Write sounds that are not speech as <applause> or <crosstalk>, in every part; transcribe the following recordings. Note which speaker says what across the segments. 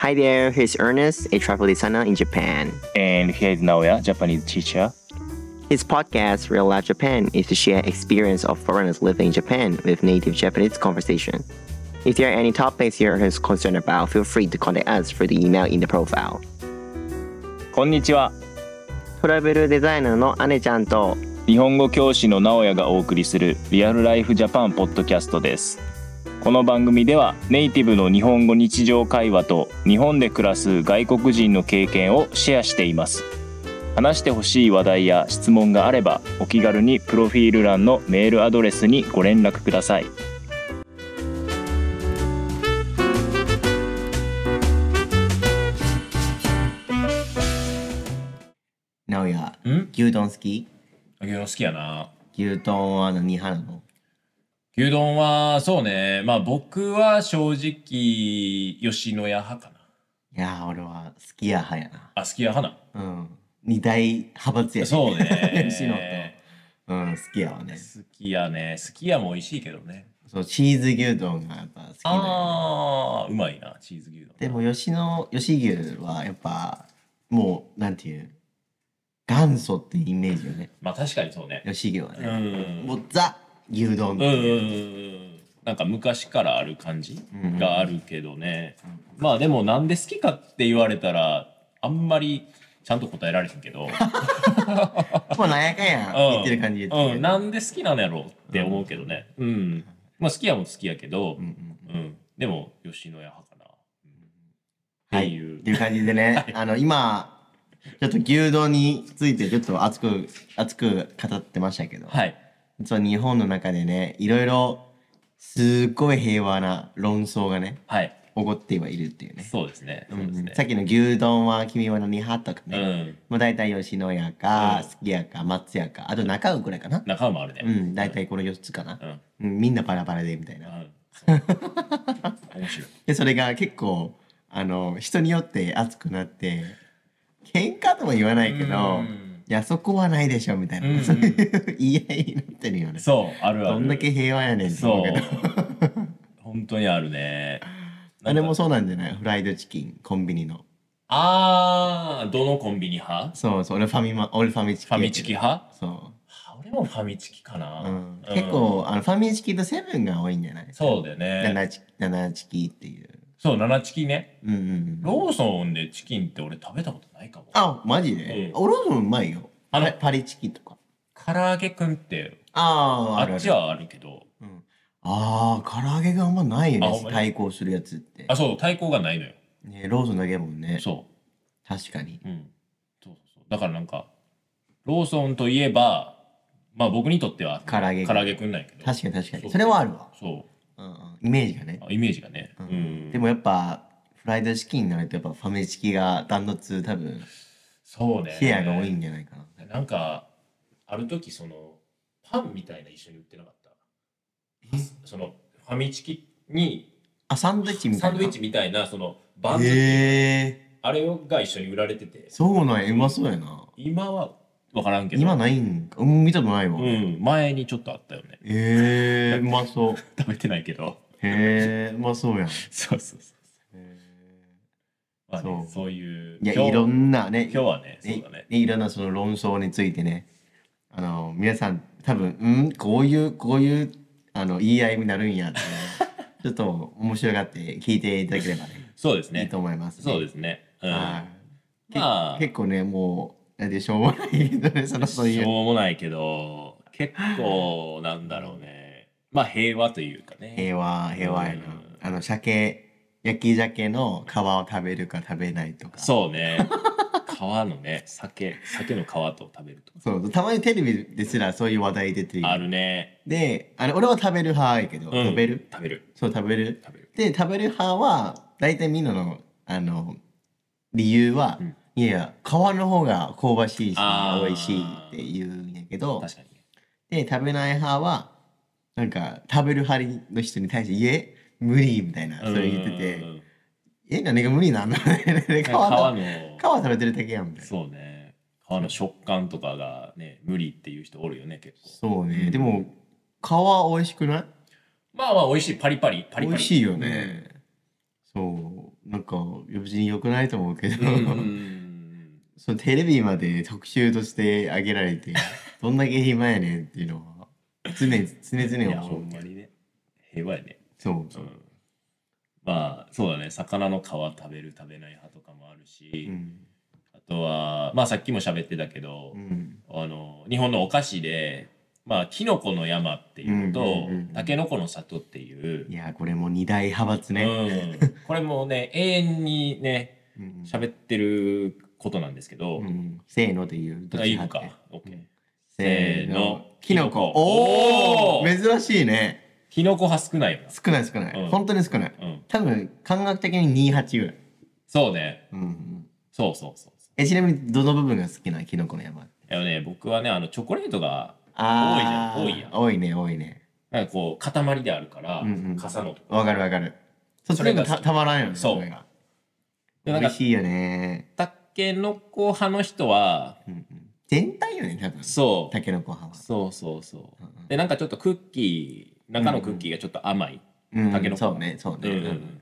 Speaker 1: Hi there, here's Ernest, a travel designer in Japan.
Speaker 2: And here is Naoya, Japanese teacher.
Speaker 1: His podcast, Real Life Japan, is to share experience of foreigners living in Japan with native Japanese conversation. If there are any topics you're concerned about, feel free to contact us through the email in the profile.
Speaker 2: こんにちは。
Speaker 1: トラベルデザイナーの姉ちゃんと
Speaker 2: 日本語教師の直哉がお送りするリアルライフジャパンポッドキャストです。この番組ではネイティブの日本語日常会話と日本で暮らす外国人の経験をシェアしています。話してほしい話題や質問があればお気軽にプロフィール欄のメールアドレスにご連絡ください。
Speaker 1: 直哉
Speaker 3: ん
Speaker 1: 牛丼好き
Speaker 3: 牛丼好きやな。
Speaker 1: 牛丼は何派なの
Speaker 3: 牛丼は、そうね。まあ僕は正直、吉野家派かな。
Speaker 1: いやー俺は好きや派やな
Speaker 3: あ、好き家派
Speaker 1: うん二大派閥や <laughs>
Speaker 3: な。そうね。
Speaker 1: 吉野とうん好きやわね
Speaker 3: 好き家ね。好き家も美味しいけどね。
Speaker 1: そうチーズ牛丼がやっぱ好きだよ
Speaker 3: ああ、うまいな、チーズ牛丼。
Speaker 1: でも吉野吉牛はやっぱもうなんていう元祖ってイメージよね
Speaker 3: まあ確かにそうね。
Speaker 1: 吉牛は
Speaker 3: うん。う
Speaker 1: ね、も
Speaker 3: ん
Speaker 1: うザ牛丼って
Speaker 3: うんう
Speaker 1: いう、
Speaker 3: ん。なんか昔からある感じ
Speaker 1: うん
Speaker 3: があるけどね。まあでもなんで好きかって言われたら、あんまりちゃんと答えられへんけ
Speaker 1: <laughs>
Speaker 3: ど。
Speaker 1: もうなんやかんや言ってる感じで言ってる
Speaker 3: う
Speaker 1: け
Speaker 3: ん、
Speaker 1: ど
Speaker 3: なんで好きなんやろうって思うけどねうん、まあ好きやも好きやけど、
Speaker 1: う
Speaker 3: うん
Speaker 1: うんん
Speaker 3: でも吉野家派かな、
Speaker 1: は
Speaker 3: って
Speaker 1: い、
Speaker 3: いう
Speaker 1: っていう感じでね、あの今ちょっと牛丼についてちょっと熱く熱く語ってましたけど、
Speaker 3: はい
Speaker 1: 実は日本の中でねいろいろすっごい平和な論争がね
Speaker 3: はい
Speaker 1: 起こってはいるっていうね
Speaker 3: そうですねそうです
Speaker 1: うんさっ
Speaker 3: ね
Speaker 1: きの牛丼は君は何派とか
Speaker 3: う
Speaker 1: ね、
Speaker 3: ん、
Speaker 1: まあ、大体吉野家か、
Speaker 3: うん
Speaker 1: すき家か松屋かあと中尾くらいかな
Speaker 3: 仲間もあるね
Speaker 1: う、ん大体この4つかな
Speaker 3: う、ん
Speaker 1: うん、みんなバラバラでみたいな
Speaker 3: うんそう面白い
Speaker 1: でそれが結構あの人によって熱くなって喧嘩とも言わないけど、
Speaker 3: うん
Speaker 1: いやそこはないでしょみたいな、
Speaker 3: うん
Speaker 1: そういう言い合いになってるよね
Speaker 3: そうあるある
Speaker 1: どんだけ平和やねんって
Speaker 3: そ
Speaker 1: 思
Speaker 3: う
Speaker 1: うけど
Speaker 3: 本当にあるね
Speaker 1: あれも
Speaker 3: なんか
Speaker 1: そうなんじゃないフライドチキンコンビニの
Speaker 3: あーどのコンビニ派
Speaker 1: そうそう俺ファミマ俺ファミチキ
Speaker 3: ファミチキ派
Speaker 1: そ
Speaker 3: 俺もファミチキかな、
Speaker 1: う、うん、結構あのファミチキとセブンが多いんじゃない
Speaker 3: そうだよね
Speaker 1: 七チ七チキっていう
Speaker 3: そう七チキね
Speaker 1: うんうんうん
Speaker 3: ローソンでチキンって俺食べたことないかも。
Speaker 1: あマジで、
Speaker 3: う
Speaker 1: おローソンうまいよ
Speaker 3: あの
Speaker 1: パリパリチキとか
Speaker 3: 唐揚げくんって
Speaker 1: ああ
Speaker 3: あっちはあるけど、
Speaker 1: うんああ、唐揚げがあんまないよ
Speaker 3: あほ
Speaker 1: ね
Speaker 3: ん。まに
Speaker 1: 対抗するやつって
Speaker 3: あ、。そう、対抗がないのよ。
Speaker 1: ね、ローソンだけやもんね。
Speaker 3: そ
Speaker 1: 確かに。
Speaker 3: う。うん。そうそうそう。だからなんか、ローソンといえば、まあ僕にとっては
Speaker 1: 唐揚げ
Speaker 3: 唐揚げくんないけど。
Speaker 1: 確かに確か
Speaker 3: そ
Speaker 1: に。
Speaker 3: う
Speaker 1: それはあるわ。
Speaker 3: そ
Speaker 1: うんうん、イメージがね
Speaker 3: う。。あイメージがね。
Speaker 1: う
Speaker 3: うんん。
Speaker 1: でもやっぱ、フライドチキンになるとやっぱファミチキがダントツ多分、
Speaker 3: そうね。
Speaker 1: シェアが多いんじゃないかな。
Speaker 3: なんか、ある時その、パンみたいな一緒に売ってなかった。その、ファミチキに、
Speaker 1: あ、サンドイッチみた
Speaker 3: サ
Speaker 1: いな。
Speaker 3: ンドイッチみたいな、その、バンズ、
Speaker 1: へえ
Speaker 3: あれが一緒に売られてて
Speaker 1: ー。。そうなんや。うまそうやな。
Speaker 3: 今は分からんけど
Speaker 1: 今ないんか。うん、見たことないわ。
Speaker 3: う
Speaker 1: へ
Speaker 3: ん前にちょっとあったよね
Speaker 1: えー、うまそう。
Speaker 3: 食べてないけど <laughs>
Speaker 1: へえー、うまそうやん。
Speaker 3: そうそうそう
Speaker 1: へー
Speaker 3: まあね、
Speaker 1: そう
Speaker 3: そういう
Speaker 1: いや、
Speaker 3: 今日
Speaker 1: いろんなね。
Speaker 3: 今日はねそうだね
Speaker 1: ねいろんなその論争についてねあの皆さん多分うんこういうこういうあの言い合いになるん
Speaker 3: <laughs>
Speaker 1: やって、ね、ちょっと面白がって聞いていただければね
Speaker 3: そうですね
Speaker 1: いいと思います、、
Speaker 3: そうですすねうん
Speaker 1: はいけ
Speaker 3: まあ
Speaker 1: 結構ねもうなんでしょうもないけどねそのそう <laughs>
Speaker 3: し
Speaker 1: いう
Speaker 3: ょうもないけど結構なんだろうねまあ平和というかね
Speaker 1: 平和平和やな
Speaker 3: うん
Speaker 1: あの鮭焼き鮭の皮を食べるか食べないとか
Speaker 3: そうね皮のね酒酒の皮と食べるとか
Speaker 1: そうたまにテレビですらそういう話題出てるよ
Speaker 3: あるね、
Speaker 1: であの俺は食べる派やけど、
Speaker 3: うん
Speaker 1: 食べる
Speaker 3: 食べる
Speaker 1: そう食べる
Speaker 3: 食べる
Speaker 1: で食べる派は大体みんなのあの理由は、
Speaker 3: うん
Speaker 1: いやいや皮の方が香ばしいし
Speaker 3: あー
Speaker 1: 美味しいって言うんやけど
Speaker 3: 確かにね
Speaker 1: で食べない派はなんか食べる派の人に対して「いえ無理」みたいなそれ言って
Speaker 3: うんう
Speaker 1: て
Speaker 3: んうん
Speaker 1: 「え何が無理 <laughs> なんだ?」皮
Speaker 3: 皮
Speaker 1: の
Speaker 3: の
Speaker 1: 皮食べてるだけやんみたいな
Speaker 3: そうね皮の食感とかがね無理っていう人おるよね結構
Speaker 1: そうね、
Speaker 3: うん
Speaker 1: でも皮美味しくない
Speaker 3: まあまあ美味しいパリパリパリパリ
Speaker 1: 美味しいよね、そうなんか別に良くないと思うけど、
Speaker 3: うん
Speaker 1: <laughs> そのテレビまで特集としてあげられ <laughs> てどんだけ暇やねんっていうのは常々
Speaker 3: い
Speaker 1: 常
Speaker 3: や
Speaker 1: 々
Speaker 3: ほん
Speaker 1: 思
Speaker 3: ま
Speaker 1: う
Speaker 3: にね平和やね
Speaker 1: そう
Speaker 3: うんまあそうだね魚の皮食べる食べない派とかもあるし、
Speaker 1: うん
Speaker 3: あとはまあさっきも喋ってたけど
Speaker 1: う、ん
Speaker 3: あの日本のお菓子でまあキノコの山っていうのと、
Speaker 1: うんうんうんうん
Speaker 3: タケノコの里っていう
Speaker 1: い、やこれも二大派閥ね、
Speaker 3: うん、これもね永遠にね
Speaker 1: うん
Speaker 3: 喋ってることなんですけど、
Speaker 1: うん、せーので言うど
Speaker 3: あ
Speaker 1: っち
Speaker 3: いいの
Speaker 1: 派
Speaker 3: か
Speaker 1: って、
Speaker 3: OK
Speaker 1: せー
Speaker 3: せーの
Speaker 1: のキノコ
Speaker 3: お
Speaker 1: おお
Speaker 3: ー
Speaker 1: ー珍しいね
Speaker 3: キノコ派少ないよ
Speaker 1: 少ない少ない、
Speaker 3: うん
Speaker 1: 本当に少ない
Speaker 3: な、うん、
Speaker 1: 多分感覚的に28ぐらい、
Speaker 3: そうね
Speaker 1: うんうん、
Speaker 3: そうそうそうそう
Speaker 1: えちなみにどの部分が好きなキノコの山
Speaker 3: いやね僕はねあのチョコレートが
Speaker 1: あー
Speaker 3: 多いじゃん
Speaker 1: 多いね多いね
Speaker 3: なんかこう塊であるから、
Speaker 1: うんうん
Speaker 3: 傘のとこ
Speaker 1: わかるわかるそっち
Speaker 3: そ
Speaker 1: の
Speaker 3: れ
Speaker 1: 方
Speaker 3: が
Speaker 1: がたたまらんよね
Speaker 3: そう
Speaker 1: れが美
Speaker 3: でなんか
Speaker 1: 味しいよね、
Speaker 3: タケノコ派の人は
Speaker 1: うんうん、全体よね多分
Speaker 3: そう
Speaker 1: タケノコ派は
Speaker 3: そうそうそ
Speaker 1: うんうん
Speaker 3: うでなんかちょっとクッキー中のクッキーがちょっと甘い、
Speaker 1: うん
Speaker 3: タケノコ
Speaker 1: そうねそうね、
Speaker 3: うん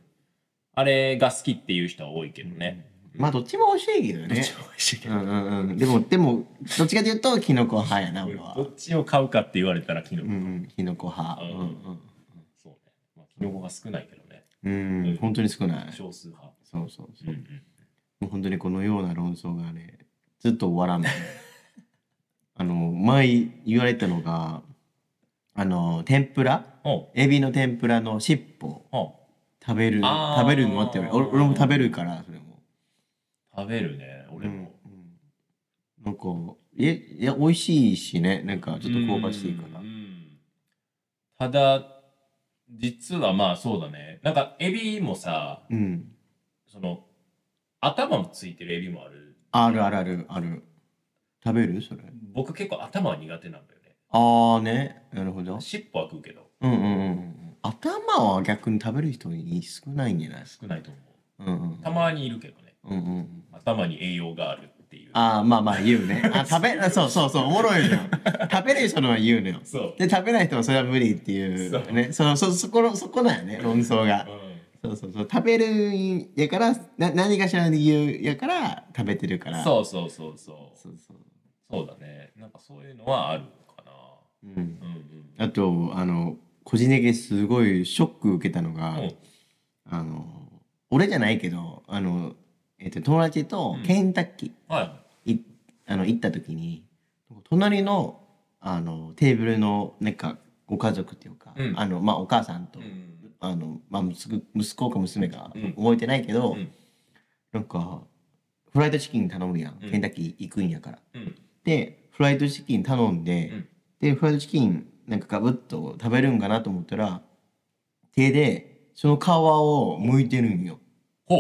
Speaker 3: あれが好きっていう人は多いけどね、
Speaker 1: まあどっちも美味しいけど
Speaker 3: どっ
Speaker 1: ね
Speaker 3: ちも美味しいけ
Speaker 1: う
Speaker 3: ど、
Speaker 1: んうんうんでもでもどっちかというとキノコ派やな俺は
Speaker 3: <laughs> どっちを買うかって言われたらキノ
Speaker 1: う
Speaker 3: コ、
Speaker 1: んうんキノコ派
Speaker 3: うんそうね、まあ、キノコが少ないけどね
Speaker 1: うんうんうん本当に少ないそう
Speaker 3: 少数派、
Speaker 1: そうそう
Speaker 3: うんう
Speaker 1: も
Speaker 3: ん
Speaker 1: う本当にこのような論争がねずっと終わらんの <laughs> あの前言われたのがあの天ぷら
Speaker 3: おう
Speaker 1: エビの天ぷらの尻尾
Speaker 3: おう
Speaker 1: 食べる
Speaker 3: あー
Speaker 1: 食べるのって俺俺俺も食べるからそれも
Speaker 3: 食べるね俺も、
Speaker 1: うんうんなんかえいや美味しいしねなんかちょっと香ばしいから
Speaker 3: うんうんただ実はまあそうだねなんかエビもさ
Speaker 1: うん
Speaker 3: その頭もついてるエビもある
Speaker 1: あるあるあるある食べるそれ
Speaker 3: 僕結構頭は苦手なんだよね
Speaker 1: ああねなるほど
Speaker 3: 尻尾は食うけど
Speaker 1: うんうんうんうん頭は逆に食べる人に少ないんじゃないですか
Speaker 3: 少ないと思う
Speaker 1: うんうん
Speaker 3: たまにいるけどね
Speaker 1: うんうんうん
Speaker 3: 頭に栄養があるっていう
Speaker 1: ああまあまあ言うねあ食べあそうそうそうおもろいのよ食べる人のは言うのよ
Speaker 3: そう、
Speaker 1: で食べない人はそれは無理ってい
Speaker 3: そう
Speaker 1: うねそのそそこのそこだよね論争がそうそうそう食べるんやからな何かしらの理由やから食べてるか
Speaker 3: うん、
Speaker 1: ら
Speaker 3: そうそうそうそう
Speaker 1: そうそう
Speaker 3: そうだねなんかそういうのはあるかな
Speaker 1: うん
Speaker 3: うんうん
Speaker 1: あとあの個人的にすごいショック受けたのが、
Speaker 3: うん
Speaker 1: あの俺じゃないけどあの、えっと友達と
Speaker 3: うん
Speaker 1: ケンタッキ
Speaker 3: はい
Speaker 1: ー、いあの行った時に隣のあのテーブルのなんかご家族っていうか、
Speaker 3: うん
Speaker 1: あのまあ、お母さんと、
Speaker 3: うん
Speaker 1: あのまあ、息子息子か娘か
Speaker 3: うん
Speaker 1: 覚えてないけど、
Speaker 3: うん
Speaker 1: なんかフライドチキン頼むやん、
Speaker 3: うん
Speaker 1: ケンタッキー行くんやから。
Speaker 3: うん
Speaker 1: でフライドチキン頼んで、
Speaker 3: うん
Speaker 1: でフライドチキンなんかガブッと食べるんかなと思ったら手でその皮を剥いてるんよ
Speaker 3: ほう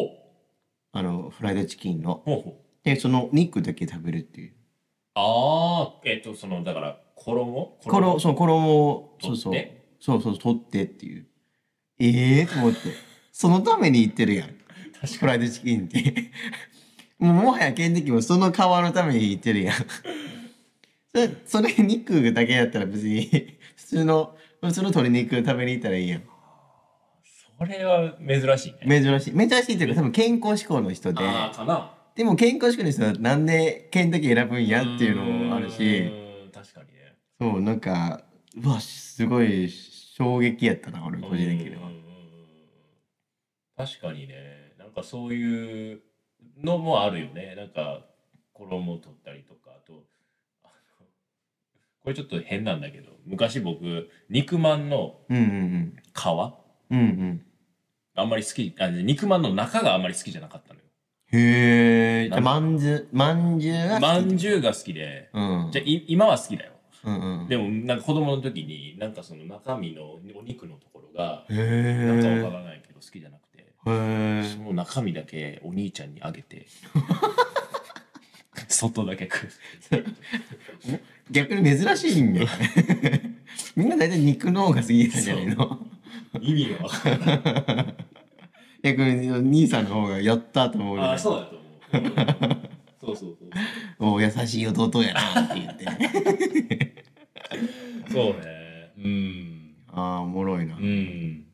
Speaker 1: あのフライドチキンの。
Speaker 3: ほうほう
Speaker 1: でその肉だけ食べるっていう。
Speaker 3: ああ、えっ、と、その、だから、衣
Speaker 1: このその衣をそ
Speaker 3: 取
Speaker 1: う
Speaker 3: って
Speaker 1: そうそうそう取ってっていう。ええー、と思ってそのために言ってるやんフライドチキンって。もうもはやケンタッキーもその皮のために言ってるやん。
Speaker 3: <laughs>
Speaker 1: それそれ肉だけやったら別に普通の普通の鶏肉食べに行ったらいいやん。
Speaker 3: それは珍しいね。
Speaker 1: 珍しい珍しいというか多分健康志向の人で
Speaker 3: ああ、かな。
Speaker 1: でも健康志向の人はなんでケンタッキー選ぶんやっていうのもある
Speaker 3: う
Speaker 1: し
Speaker 3: ーん。確かにね。
Speaker 1: そうなんかうわすごい衝撃やったな俺個人的には
Speaker 3: うんうんうんうん確かにね、なんかそういうのもあるよね。なんか、衣を取ったりとか、あと、あのこれちょっと変なんだけど、昔僕、肉まんの
Speaker 1: うんうん
Speaker 3: 皮あ
Speaker 1: うんうん
Speaker 3: んまり好きあ、肉まんの中があんまり好きじゃなかったの
Speaker 1: う
Speaker 3: よ。
Speaker 1: んへえじ
Speaker 3: な
Speaker 1: ゃあ
Speaker 3: んか
Speaker 1: まんじゅうまんじゅうが
Speaker 3: ま
Speaker 1: 好き
Speaker 3: んじゅうが好きで、
Speaker 1: うん
Speaker 3: じゃあい今は好きだよ。
Speaker 1: うんうん
Speaker 3: でもなんか子供の時になんかその中身のお肉のところが
Speaker 1: へ
Speaker 3: なんかわ
Speaker 1: え
Speaker 3: からないけど好きじゃなくて、
Speaker 1: へえ
Speaker 3: その中身だけお兄ちゃんにあげ <laughs> て外だけ食う
Speaker 1: 逆に珍しいんだよみんな大体肉の方が好きなんじゃないの
Speaker 3: <laughs> 意味がわからない
Speaker 1: 逆に兄さんの方がやったと思うよ
Speaker 3: ああそうだと思ううんそうそうそ
Speaker 1: お優しい弟やなって言って
Speaker 3: うそうねうん
Speaker 1: ああおもろいな、
Speaker 3: うん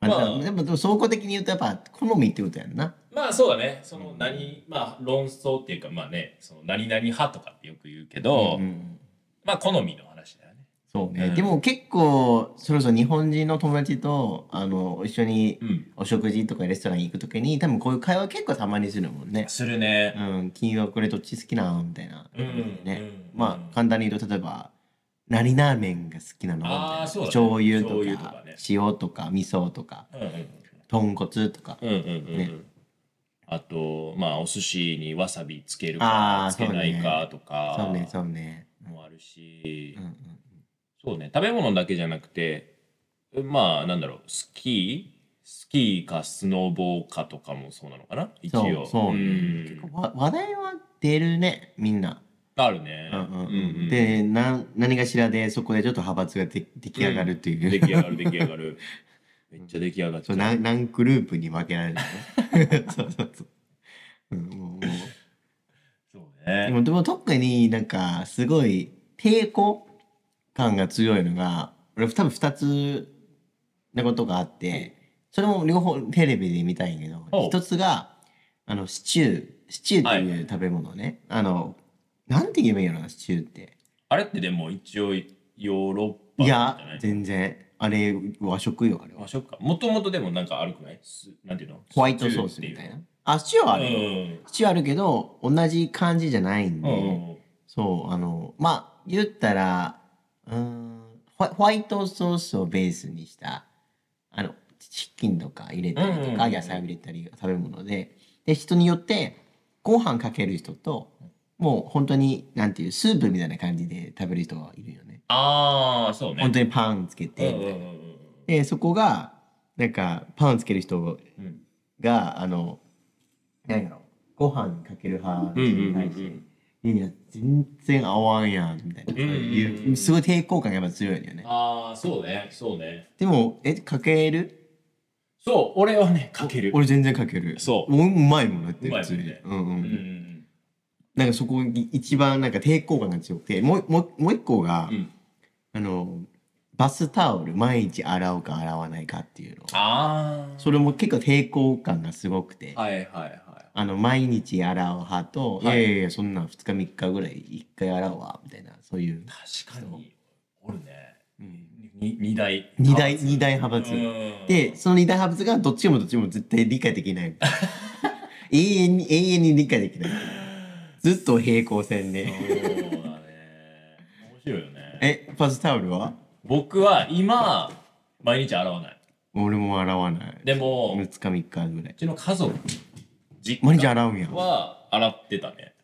Speaker 1: まあ、だか
Speaker 3: ま
Speaker 1: ら
Speaker 3: あ
Speaker 1: やっぱでも総合的に言うとやっぱ好みってことやんな
Speaker 3: まあそうだねその何、まあ論争っていうかまあねその何々派とかってよく言うけど、
Speaker 1: ん、
Speaker 3: まあ好みの話だよね
Speaker 1: そうね、
Speaker 3: うん
Speaker 1: でも結構それこそ日本人の友達とあの一緒に
Speaker 3: うん
Speaker 1: お食事とかレストラン行くときに多分こういう会話結構たまにするもんね。
Speaker 3: するね
Speaker 1: うん、金曜これどっち好きなんみたいな。
Speaker 3: うん、
Speaker 1: ね
Speaker 3: うん
Speaker 1: まあ簡単に言うと例えば何ラーメンが好きなのみたい
Speaker 3: あー
Speaker 1: な
Speaker 3: そうだね
Speaker 1: 醤油とか
Speaker 3: 醤油と
Speaker 1: 塩とか
Speaker 3: かね
Speaker 1: 味噌とか
Speaker 3: うんうん
Speaker 1: 豚骨とか、
Speaker 3: うんうんうんうん、
Speaker 1: ね
Speaker 3: あとまあお寿司にわさびつける
Speaker 1: あ
Speaker 3: か
Speaker 1: ー
Speaker 3: つけないかとか
Speaker 1: そうねそうね。
Speaker 3: もあるし、
Speaker 1: うんうん
Speaker 3: そうね食べ物だけじゃなくてまあなんだろうスキースキーかスノーボーかとかもそうなのかな一
Speaker 1: そ
Speaker 3: 応
Speaker 1: うそう、ね
Speaker 3: ん
Speaker 1: 結構わ話題は出るねみんな。
Speaker 3: あるね、
Speaker 1: うんうん
Speaker 3: うんうん
Speaker 1: でな何かしらでそこでちょっと派閥がで出来上がるという、
Speaker 3: 出来上がる出来上がるめっちゃ出来上がっ
Speaker 1: <laughs>
Speaker 3: ち
Speaker 1: そ
Speaker 3: ゃ
Speaker 1: う
Speaker 3: う
Speaker 1: 何何グループに負けられる <laughs> ねそうそうそう、うん、もうもう
Speaker 3: そう
Speaker 1: で
Speaker 3: ね
Speaker 1: もでも特になんかすごい抵抗感が強いのが俺多分2つなことがあってそれも両方テレビで見たいんやけど
Speaker 3: お
Speaker 1: 一つがあのシチューシチューって
Speaker 3: はい
Speaker 1: いう食べ物ね、あのなんて言えばいいのかなシチューって
Speaker 3: あれってでも一応ヨーロッパ
Speaker 1: い
Speaker 3: じゃ
Speaker 1: や
Speaker 3: ない
Speaker 1: 全然あれ和食よあれは
Speaker 3: 和食かもともとでもなんかあるくないすなんていうの
Speaker 1: ホワイトソースみたいなあシチューはあるよ、シチューあるけど同じ感じじゃないん
Speaker 3: うんう
Speaker 1: で、
Speaker 3: んうん
Speaker 1: そうあのまあ言ったらうーんホワホワイトソースをベースにしたあのチキンとか入れたり
Speaker 3: うんう
Speaker 1: と
Speaker 3: んう
Speaker 1: か
Speaker 3: ん
Speaker 1: 野菜を入れたり食べ物でで人によってご飯かける人ともう本当になんていうスープみたいな感じで食べる人がいるよね
Speaker 3: ああそうね
Speaker 1: 本当にパンつけてみ
Speaker 3: うん
Speaker 1: た
Speaker 3: う
Speaker 1: い
Speaker 3: ん
Speaker 1: な
Speaker 3: うん
Speaker 1: でそこがなんかパンつける人
Speaker 3: うんうん
Speaker 1: があの何やろご飯にかける派
Speaker 3: うん
Speaker 1: の人に対して、いやいや全然合わんやんみたいな、
Speaker 3: うんうんうん
Speaker 1: いうすごい抵抗感がやっぱ強いんだよね
Speaker 3: ああそうねそうね
Speaker 1: でもえかける
Speaker 3: そう俺はねかける
Speaker 1: 俺全然かける
Speaker 3: そう
Speaker 1: もううまいもんだって
Speaker 3: うまい
Speaker 1: 普
Speaker 3: もん
Speaker 1: 通
Speaker 3: ね
Speaker 1: に、うんうん
Speaker 3: うんうん
Speaker 1: なんかそこ一番なんか抵抗感が強くてもうもうもう一個が、
Speaker 3: うん
Speaker 1: あのバスタオル毎日洗うか洗わないかっていうの
Speaker 3: あ
Speaker 1: それも結構抵抗感がすごくて
Speaker 3: あはいはいはい
Speaker 1: あの毎日洗う派と、
Speaker 3: はい
Speaker 1: い、やいやいやそんな2日3日ぐらい1回洗うわみたいなそういう、
Speaker 3: 確かにおるね
Speaker 1: うん、
Speaker 3: に二大
Speaker 1: 二大二大派閥
Speaker 3: うん
Speaker 1: でその二大派閥がどっちもどっちも絶対理解でき
Speaker 3: <laughs>
Speaker 1: ない永遠に永遠に理解できないずっと平行線
Speaker 3: そう
Speaker 1: で、
Speaker 3: だね面白いよね
Speaker 1: えバスタオルは
Speaker 3: 僕は今毎日洗わない
Speaker 1: 俺も洗わない
Speaker 3: でも
Speaker 1: 2
Speaker 3: う
Speaker 1: 日3日ぐらい
Speaker 3: ちの家族実
Speaker 1: 毎日
Speaker 3: 家
Speaker 1: 洗うんやんあー
Speaker 3: は洗ってたね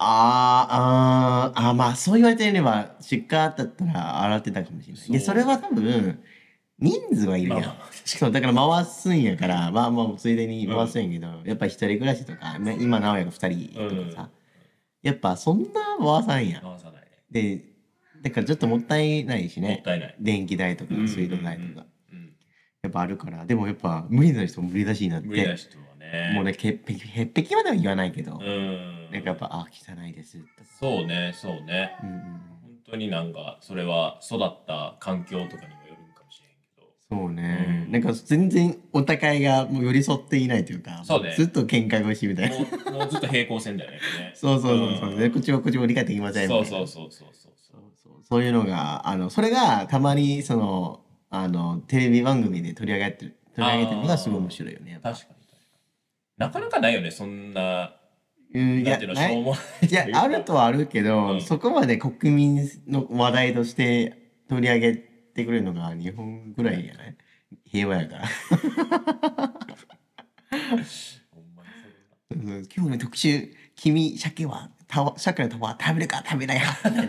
Speaker 1: あーあーまあそう言われてみれば出荷だったら洗ってたかもしれない
Speaker 3: そう
Speaker 1: いやそれは多分人数はいる
Speaker 3: ま
Speaker 1: や
Speaker 3: あ
Speaker 1: ん、
Speaker 3: まあ確か
Speaker 1: そうだから回すんやからまあまあついでに回すんやけど、やっぱ一人暮らしとか、ね、今直哉が二人とかさ、
Speaker 3: うん
Speaker 1: やっぱそんな回さんや
Speaker 3: に回さないね
Speaker 1: でだからちょっともったいないし
Speaker 3: もっ
Speaker 1: ね
Speaker 3: たいない
Speaker 1: 電気代とか水道代とか、
Speaker 3: うん
Speaker 1: やっぱあるからでもやっぱ無理な人も無理だしになって
Speaker 3: 無理な人はね
Speaker 1: もうね潔癖潔癖までは言わないけど、
Speaker 3: うん
Speaker 1: なんかやっぱあ汚いですとか、
Speaker 3: そうねそうね
Speaker 1: うんうん
Speaker 3: 本当になんかそれは育った環境とかにもよるんかもしれんけど
Speaker 1: そうね、
Speaker 3: うん
Speaker 1: なんか全然お互いがもう寄り添っていないというか
Speaker 3: そうね
Speaker 1: ずっと喧嘩腰みたいな <laughs>
Speaker 3: もうもうずっと平行線だよね。これね
Speaker 1: そうそうそうそう、
Speaker 3: ん
Speaker 1: でこっちもこっちも理解できませんみたい
Speaker 3: そう
Speaker 1: な
Speaker 3: そうそうそうそうそう。
Speaker 1: そうそういうのがあのそれがたまにそのあのテレビ番組で取り上げてる取り上げてるのがすごい面白いよねやっぱ
Speaker 3: 確かに確かに。なかなかないよね、そんな、
Speaker 1: うんい
Speaker 3: な
Speaker 1: や
Speaker 3: んていうの、
Speaker 1: な
Speaker 3: しょう
Speaker 1: い
Speaker 3: もない
Speaker 1: やあるとはあるけど、
Speaker 3: うん
Speaker 1: そこまで国民の話題として取り上げてくれるのが日本ぐらいじゃない平和やから <laughs> そう
Speaker 3: ほんまにそ
Speaker 1: そう今日の特集「君鮭はたわ鮭のたわ食べるか食べないか」みたい
Speaker 3: <laughs>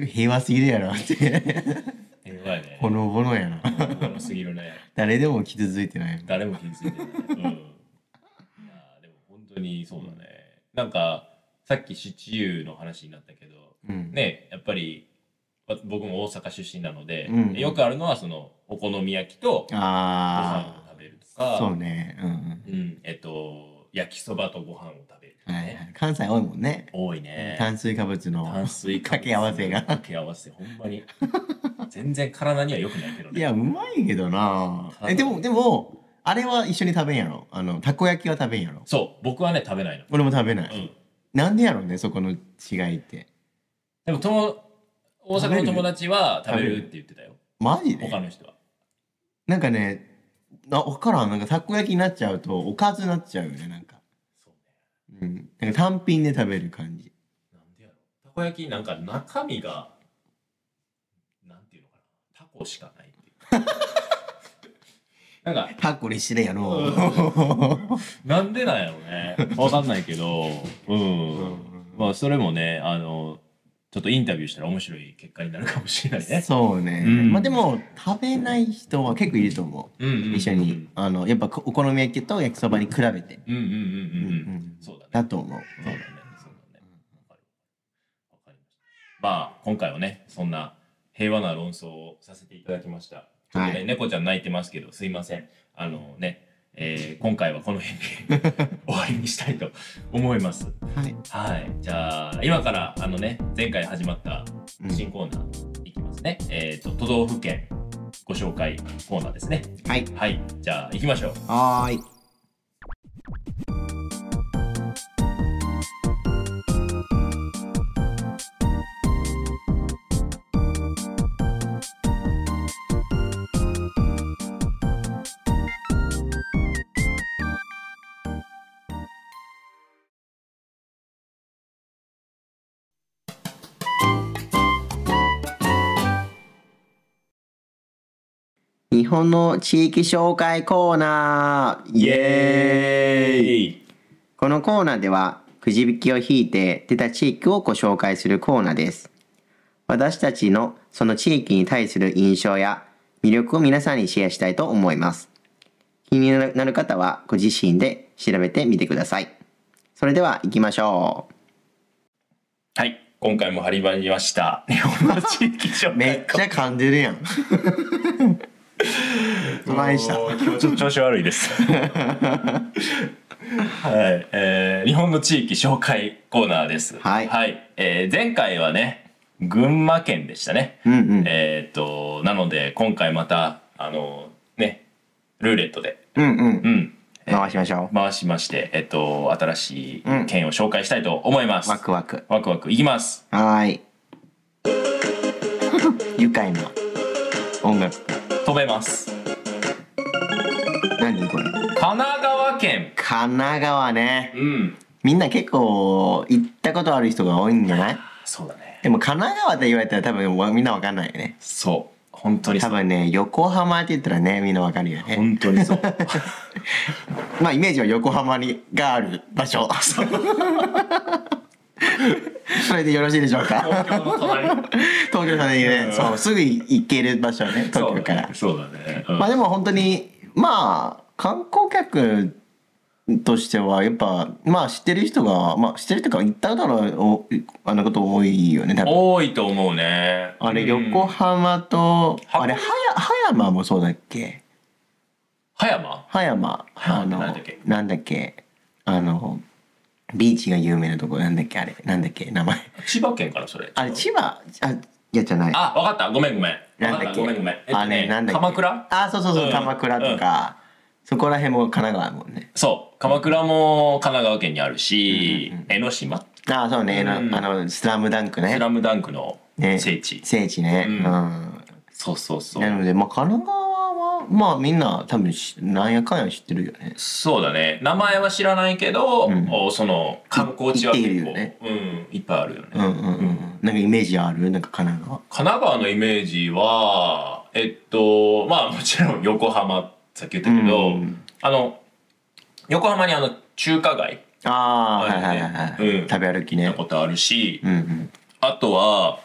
Speaker 1: な平和すぎるやろって <laughs>
Speaker 3: うだ。やばいね。
Speaker 1: ほのぼのやな
Speaker 3: ほのぼのすぎるね。
Speaker 1: 誰でも傷ついてない
Speaker 3: 誰も気づいてない。うん。いやでも本当にそうだね。なんか、さっきシチューの話になったけど、
Speaker 1: うん
Speaker 3: ね、やっぱり、わ僕も大阪出身なので、
Speaker 1: うん
Speaker 3: よくあるのは、その、お好み焼きと、ご飯
Speaker 1: ああ
Speaker 3: を食べるとか、
Speaker 1: そうねうん
Speaker 3: うん、えっと、焼きそばとご飯を食べる
Speaker 1: う
Speaker 3: と
Speaker 1: ん
Speaker 3: か
Speaker 1: はい
Speaker 3: ね、
Speaker 1: はい関西多いもんね
Speaker 3: 多いね。
Speaker 1: 炭水化物の
Speaker 3: 炭水化
Speaker 1: 掛
Speaker 3: 物 <laughs>
Speaker 1: け合わせが
Speaker 3: 掛け合わせ、ほんまに。全然体には良くないけどね。
Speaker 1: いや、うまいけどなえ、でも、でも、あれは一緒に食べんやろあの、たこ焼きは食べんやろ
Speaker 3: そう、僕はね、食べないの。
Speaker 1: 俺も食べな
Speaker 3: う
Speaker 1: い。
Speaker 3: ん。
Speaker 1: なんでやろね、そこの違いって。
Speaker 3: でも、とも大阪の友達は食べるって言ってたよ。
Speaker 1: マジで
Speaker 3: 他の人は。
Speaker 1: なんかね、なわからん。なんかたこ焼きになっちゃうと、おかずになっちゃうよね、なんか。
Speaker 3: そう
Speaker 1: うん。なんか単品で食べる感じ。
Speaker 3: ね。なんでやろ。たこ焼き、なんか中身が、なんていうのかな。タコしかないっていう <laughs> なんか、
Speaker 1: タコにしれやろ。
Speaker 3: なんでなんやろね。わかんないけど、
Speaker 1: <laughs>
Speaker 3: うん。まあ、それもね、あの、ちょっとインタビューしたら面白い結果になるかもしれないね。
Speaker 1: そうね。
Speaker 2: うん
Speaker 1: まあでも、食べない人は結構いると思
Speaker 3: うんうんうん
Speaker 1: う。一緒に。。あの、やっぱお好み焼きと焼きそばに比べて。
Speaker 3: うんうんうん
Speaker 1: う
Speaker 3: うんうん。
Speaker 1: ん
Speaker 3: そうだね。
Speaker 1: だと思う。
Speaker 3: そうだね。そうだね。わかる。わかりました。まあ、今回はね、そんな平和な論争をさせていただきました。ちょっと
Speaker 1: は
Speaker 3: ね、
Speaker 1: い
Speaker 3: 猫ちゃん泣いてますけど、すいません。あのね、えー今回はこの辺
Speaker 1: <laughs>
Speaker 3: で終わりにしたいと思います。
Speaker 1: はい。
Speaker 3: はい。じゃあ、今から、あのね、前回始まった
Speaker 1: うん
Speaker 3: 新コーナーいきますね。えっ、と、都道府県ご紹介コーナーですね。
Speaker 1: はい。
Speaker 3: はい。じゃあ、行きましょう。
Speaker 1: はーい。日本の地域紹介コーナー
Speaker 3: イエーイ
Speaker 1: このコーナーではくじ引きを引いて出た地域をご紹介するコーナーです私たちのその地域に対する印象や魅力を皆さんにシェアしたいと思います気になる方はご自身で調べてみてくださいそれでは行きましょ
Speaker 3: はい。今回も張り張りました。日本の地域紹
Speaker 1: う
Speaker 3: 介。
Speaker 1: ゃ噛んでるや <laughs> んトライした
Speaker 3: もう今日ちょっと調子悪いです。
Speaker 1: <laughs>
Speaker 3: はい、えー日本の地域紹介コーナーです。
Speaker 1: はい
Speaker 3: えー前回はね、群馬県でしたね。
Speaker 1: うんうん
Speaker 3: えーっと、なので、今回また、あの、ね、ルーレットで、
Speaker 1: うんうん
Speaker 3: うん、
Speaker 1: 回しましょ
Speaker 3: 回しまして、えっと、新しい県を紹介したいと思います。
Speaker 1: うワクワク
Speaker 3: ワクワクいきます。
Speaker 1: はーい愉快な音楽
Speaker 3: 飛べます。
Speaker 1: 何これ
Speaker 3: 神奈川県。
Speaker 1: 神奈川ね
Speaker 3: うん。
Speaker 1: みんな結構行ったことある人が多いんじゃない
Speaker 3: そうだね。
Speaker 1: でも神奈川って言われたら多分わみんなわかんないよね
Speaker 3: そう。本当にそ
Speaker 1: 多
Speaker 3: う。
Speaker 1: 分ね横浜って言ったらねみんなわかるよね
Speaker 3: 本当にそう。
Speaker 1: まあイメージは横浜にがある場所 <laughs> それでよろしいでしょう
Speaker 3: <laughs>
Speaker 1: か
Speaker 3: 東京の隣。
Speaker 1: 東京さんでねそうすぐ行ける場所ね東京から
Speaker 3: そうだね。
Speaker 1: まあ
Speaker 3: あ、
Speaker 1: でも本当にまあ観光客としてはやっぱまあ知ってる人がまあ知ってる人が行っただろうおあんなこと多いよね多分
Speaker 3: 多いと思うね。
Speaker 1: あれ
Speaker 3: うん
Speaker 1: 横浜と、
Speaker 3: 箱
Speaker 1: あれはや葉山もそうだっけ
Speaker 3: 葉山。
Speaker 1: 葉山
Speaker 3: 葉山
Speaker 1: あの
Speaker 3: なんだっけ
Speaker 1: なんだっけあのビーチが有名なとこなんだっけあれなんだっけ名前
Speaker 3: 千葉県からそれ。
Speaker 1: あれ千葉あいやじゃない
Speaker 3: あ、わかった。ごめんごめん。
Speaker 1: なんだっけ
Speaker 3: わかたごめんごめん。えっとね
Speaker 1: あれなんだっけ
Speaker 3: 鎌倉。
Speaker 1: あそうそうそう、
Speaker 3: うん
Speaker 1: 鎌倉とか、そこら辺も神奈川もんね
Speaker 3: そう。鎌倉も神奈川県にあるし
Speaker 1: うんうん、
Speaker 3: 江ノ島。
Speaker 1: ああそうね、
Speaker 3: うん
Speaker 1: あの「スラムダンクね
Speaker 3: スラムダンクの
Speaker 1: ね
Speaker 3: 聖地。
Speaker 1: 聖地ね、
Speaker 3: う
Speaker 1: うんん
Speaker 3: そうそうそ
Speaker 1: な
Speaker 3: う。
Speaker 1: ので、まあ、神奈川はまあみんな多分しなんやかんや知ってるよね
Speaker 3: そうだね。名前は知らないけど
Speaker 1: うん、
Speaker 3: おその観光地は
Speaker 1: 行っている
Speaker 3: 結構
Speaker 1: よね、
Speaker 3: うん、いっぱいあるよね。
Speaker 1: うんうんうん、なんかイメージあるなんか神奈川
Speaker 3: 神奈川のイメージはえっとまあもちろん横浜さっき言ったけど、
Speaker 1: うん
Speaker 3: あの横浜にあの中華街
Speaker 1: ああ
Speaker 3: あ
Speaker 1: は
Speaker 3: る
Speaker 1: い
Speaker 3: ね
Speaker 1: はいはいはい、
Speaker 3: うん
Speaker 1: 食べ歩き
Speaker 3: 行っ
Speaker 1: ね
Speaker 3: たことあるし、
Speaker 1: うんうん
Speaker 3: あとは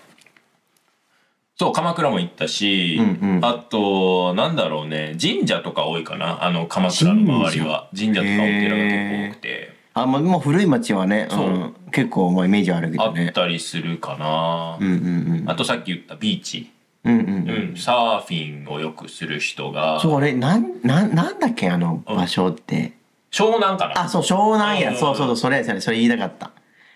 Speaker 3: そう鎌倉も行ったし、
Speaker 1: うんうん
Speaker 3: あとなんだろうね神社とか多いかなあの鎌倉の周りは神社とかお寺が結構多くて
Speaker 1: あまあもう古い町はね、、
Speaker 3: そうん
Speaker 1: 結構まあイメージあるけ
Speaker 3: あ
Speaker 1: ど
Speaker 3: っ
Speaker 1: ね
Speaker 3: たりするかな、
Speaker 1: うんうん
Speaker 3: あとさっき言ったビーチ、
Speaker 1: うんうんうん、
Speaker 3: うん、サーフィンをよくする人が
Speaker 1: そうあれなんなんなんだっけあの場所って、
Speaker 3: 湘南かな
Speaker 1: あそう湘南
Speaker 3: うん
Speaker 1: やそうそうそうそれそれそれ言いたかった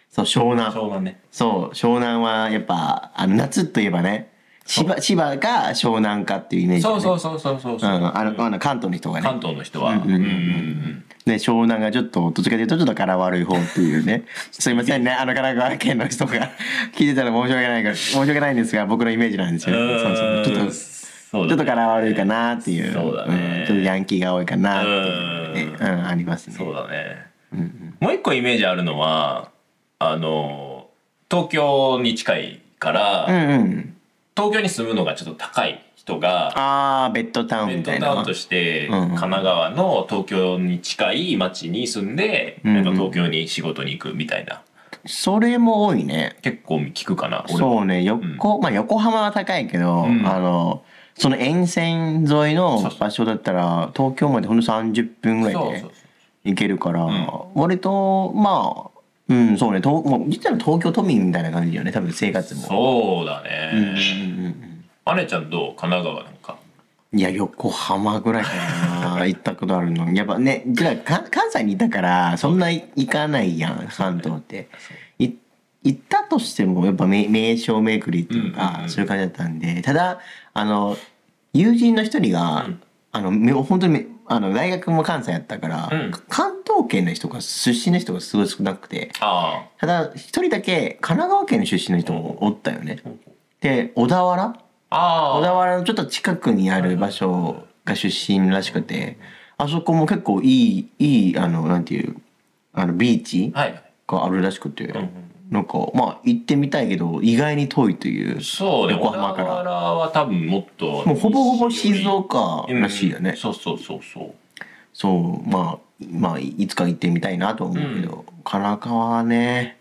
Speaker 1: そう湘南
Speaker 3: 湘南ね
Speaker 1: そう湘南はやっぱあの夏といえばね千葉千葉か湘南かっていうイメージだ
Speaker 3: そ
Speaker 1: ね、
Speaker 3: うそうそうそうそうそう、
Speaker 1: うん、あのあの関東の人がね
Speaker 3: 関東の人は、
Speaker 1: うんうんうんうん
Speaker 3: うん
Speaker 1: ね、湘南がちょっと、どっちかというと、ちょっと柄悪い方っていうね。 <laughs> すいませんね、あの神奈川県の人が聞いてたら申し訳ないから、申し訳ないんですが、僕のイメージなんですよ。そうそうちょっと、ち
Speaker 3: ょ
Speaker 1: ょっと柄悪いかなっていう。
Speaker 3: そうだね
Speaker 1: んちょっとヤンキーが多いかなっていうね、
Speaker 3: う
Speaker 1: うん、ありますね。
Speaker 3: そうだね
Speaker 1: うんうん
Speaker 3: もう一個イメージあるのはあの東京に近いから、
Speaker 1: うんうん。
Speaker 3: 東京に住むのがちょっと高い人が
Speaker 1: ああ、ベッドタウン
Speaker 3: ベ
Speaker 1: み
Speaker 3: ッ
Speaker 1: たい
Speaker 3: ド
Speaker 1: な。
Speaker 3: タウンとして
Speaker 1: うん
Speaker 3: 神奈川の東京に近い町に住んで、
Speaker 1: うん
Speaker 3: やっぱ東京に仕事に行くみたいな
Speaker 1: それも多いね。
Speaker 3: 結構聞くかな俺は
Speaker 1: そうね、横、まあ横浜は高いけど、
Speaker 3: うん
Speaker 1: あの、その沿線沿い
Speaker 3: そ
Speaker 1: の
Speaker 3: うそう
Speaker 1: 場所だったら、東京までほんと30分ぐらいで。
Speaker 3: そうそう
Speaker 1: 行けるから、
Speaker 3: うん
Speaker 1: 割とまあうんそうねともう実は東京都民みたいな感じよね多分生活も
Speaker 3: そうだ
Speaker 1: うんうんうん
Speaker 3: ね、
Speaker 1: うん
Speaker 3: あねちゃんどう神奈川なんか
Speaker 1: いや横浜ぐらいか
Speaker 3: <laughs>
Speaker 1: な行ったことあるのやっぱねじゃあか関西にいたからそんな行かないやん関東ってい行ったとしてもやっぱ名名称めくりっていうか、
Speaker 3: うんうんうん
Speaker 1: そういう感じだったんでただあの友人の一人が、
Speaker 3: うん
Speaker 1: あのめ本当にめあの大学も関西やったから、
Speaker 3: うん
Speaker 1: 関東圏の人が出身の人がすごい少なくて、
Speaker 3: あ
Speaker 1: ただ一人だけ神奈川県の出身の人もおったよね
Speaker 3: あ。
Speaker 1: で小田原
Speaker 3: あ
Speaker 1: 小
Speaker 3: あ
Speaker 1: 田原のちょっと近くにある場所が出身らしくてあそこも結構いいいいあのなんていうあのビーチ
Speaker 3: はい
Speaker 1: があるらしくて、
Speaker 3: うんうん
Speaker 1: なんかまあ行ってみたいけど意外に遠いという
Speaker 3: そうね
Speaker 1: 横
Speaker 3: 小
Speaker 1: 浜
Speaker 3: 田
Speaker 1: から
Speaker 3: 原は多分もっと
Speaker 1: もうほぼほぼ静岡らしいよね、
Speaker 3: うんそうそうそうそう
Speaker 1: そうまあまあいいつか行ってみたいなと思うけど、神奈川ね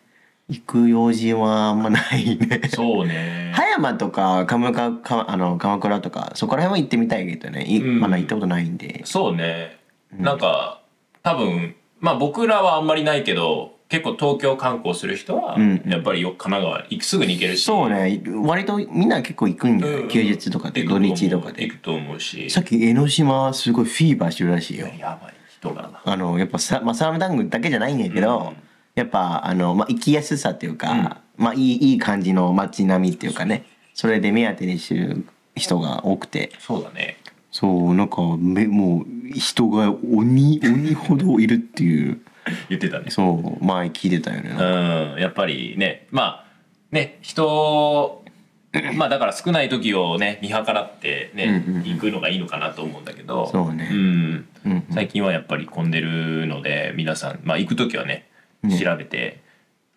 Speaker 1: 行く用事はあんまないね
Speaker 3: そうね
Speaker 1: <laughs> 葉山とか鎌倉かあの鎌倉とかそこら辺は行ってみたいけどね、い
Speaker 3: うん
Speaker 1: まだ行ったことないんで
Speaker 3: そうね、
Speaker 1: うん
Speaker 3: なんか多分まあ僕らはあんまりないけど結構東京観光する人は
Speaker 1: うんうん
Speaker 3: やっぱりよ神奈川行くすぐに行けるし
Speaker 1: そうね割とみんな結構行くんだよ、
Speaker 3: うん
Speaker 1: 休日とかで
Speaker 3: 行く
Speaker 1: 土
Speaker 3: 思う
Speaker 1: 日とかで
Speaker 3: 行くと思うし
Speaker 1: さっき江ノ島すごいフィーバーしてるらしいよ
Speaker 3: やばい人がな
Speaker 1: あのやっぱさ、まあ、サムダングだけじゃないんだけど、
Speaker 3: うん
Speaker 1: やっぱあの、まあ、行きやすさっていうか、まあいいいい感じの街並みっていうかねそれで目当てにしてる人が多くて
Speaker 3: そうだね
Speaker 1: そうなんかめもう人が
Speaker 3: <laughs>
Speaker 1: 鬼鬼ほどいるっていう。
Speaker 3: 言ってたね
Speaker 1: そう前聞いてたよね、
Speaker 3: うんやっぱりねまあね人まあだから少ない時をね見計らってね、
Speaker 1: うんうんうん
Speaker 3: 行くのがいいのかなと思うんだけど
Speaker 1: そうね
Speaker 3: ん
Speaker 1: うんうん
Speaker 3: 最近はやっぱり混んでるので皆さん、まあ、行く時はね
Speaker 1: うん
Speaker 3: 調べて、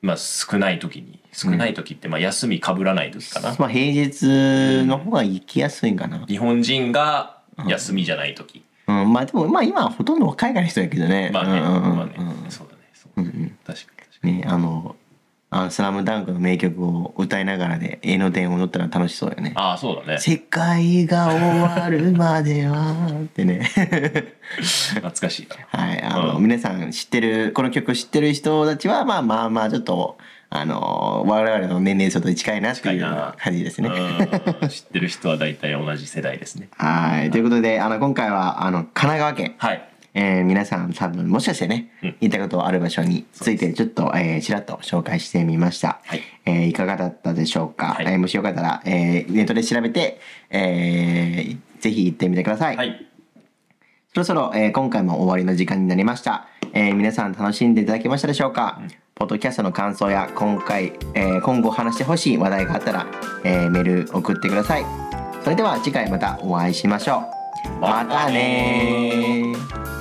Speaker 3: まあ、少ない時に少ない時ってまあ休みかぶらない時かな、
Speaker 1: まあ平日の方が行きやすいんかな、
Speaker 3: 日本人が休みじゃない時、
Speaker 1: うんまあでもまあ今はほとんど海外の人やけどね
Speaker 3: まあね、
Speaker 1: うんうんうん
Speaker 3: まあね、そうだねそう
Speaker 1: う
Speaker 3: だ
Speaker 1: ん
Speaker 3: ね
Speaker 1: うん
Speaker 3: 確かに確か
Speaker 1: ねあの「あのスラムダンクの名曲を歌いながらで絵の電を乗ったら楽しそうよね
Speaker 3: にああそうだ
Speaker 1: 「
Speaker 3: ね
Speaker 1: 世界が終わるまでは」ってね <laughs>
Speaker 3: 懐かしいな
Speaker 1: はいあの、
Speaker 3: うん
Speaker 1: 皆さん知ってるこの曲知ってる人たちはまあまあまあちょっとあの我々の年齢層と近いなっていう感じですね。
Speaker 3: うん知ってる人は大体同じ世代ですね
Speaker 1: <laughs> はいということであの今回はあの神奈川県
Speaker 3: はい
Speaker 1: えー皆さん多分もしかしてね、
Speaker 3: うん
Speaker 1: 行ったことある場所についてちょっと、えーちらっと紹介してみました、
Speaker 3: はい
Speaker 1: えーいかがだったでしょうか、
Speaker 3: はい
Speaker 1: えーもしよかったら、えーネットで調べて、えーぜひ行ってみてください、
Speaker 3: はい
Speaker 1: そろそろ、えー今回も終わりの時間になりました、えー皆さん楽しんでいただけましたでしょうか、
Speaker 3: うん
Speaker 1: ポッドキャストの感想や今回、えー今後話してほしい話題があったら、えーメール送ってくださいそれでは次回またお会いしましょうまたねー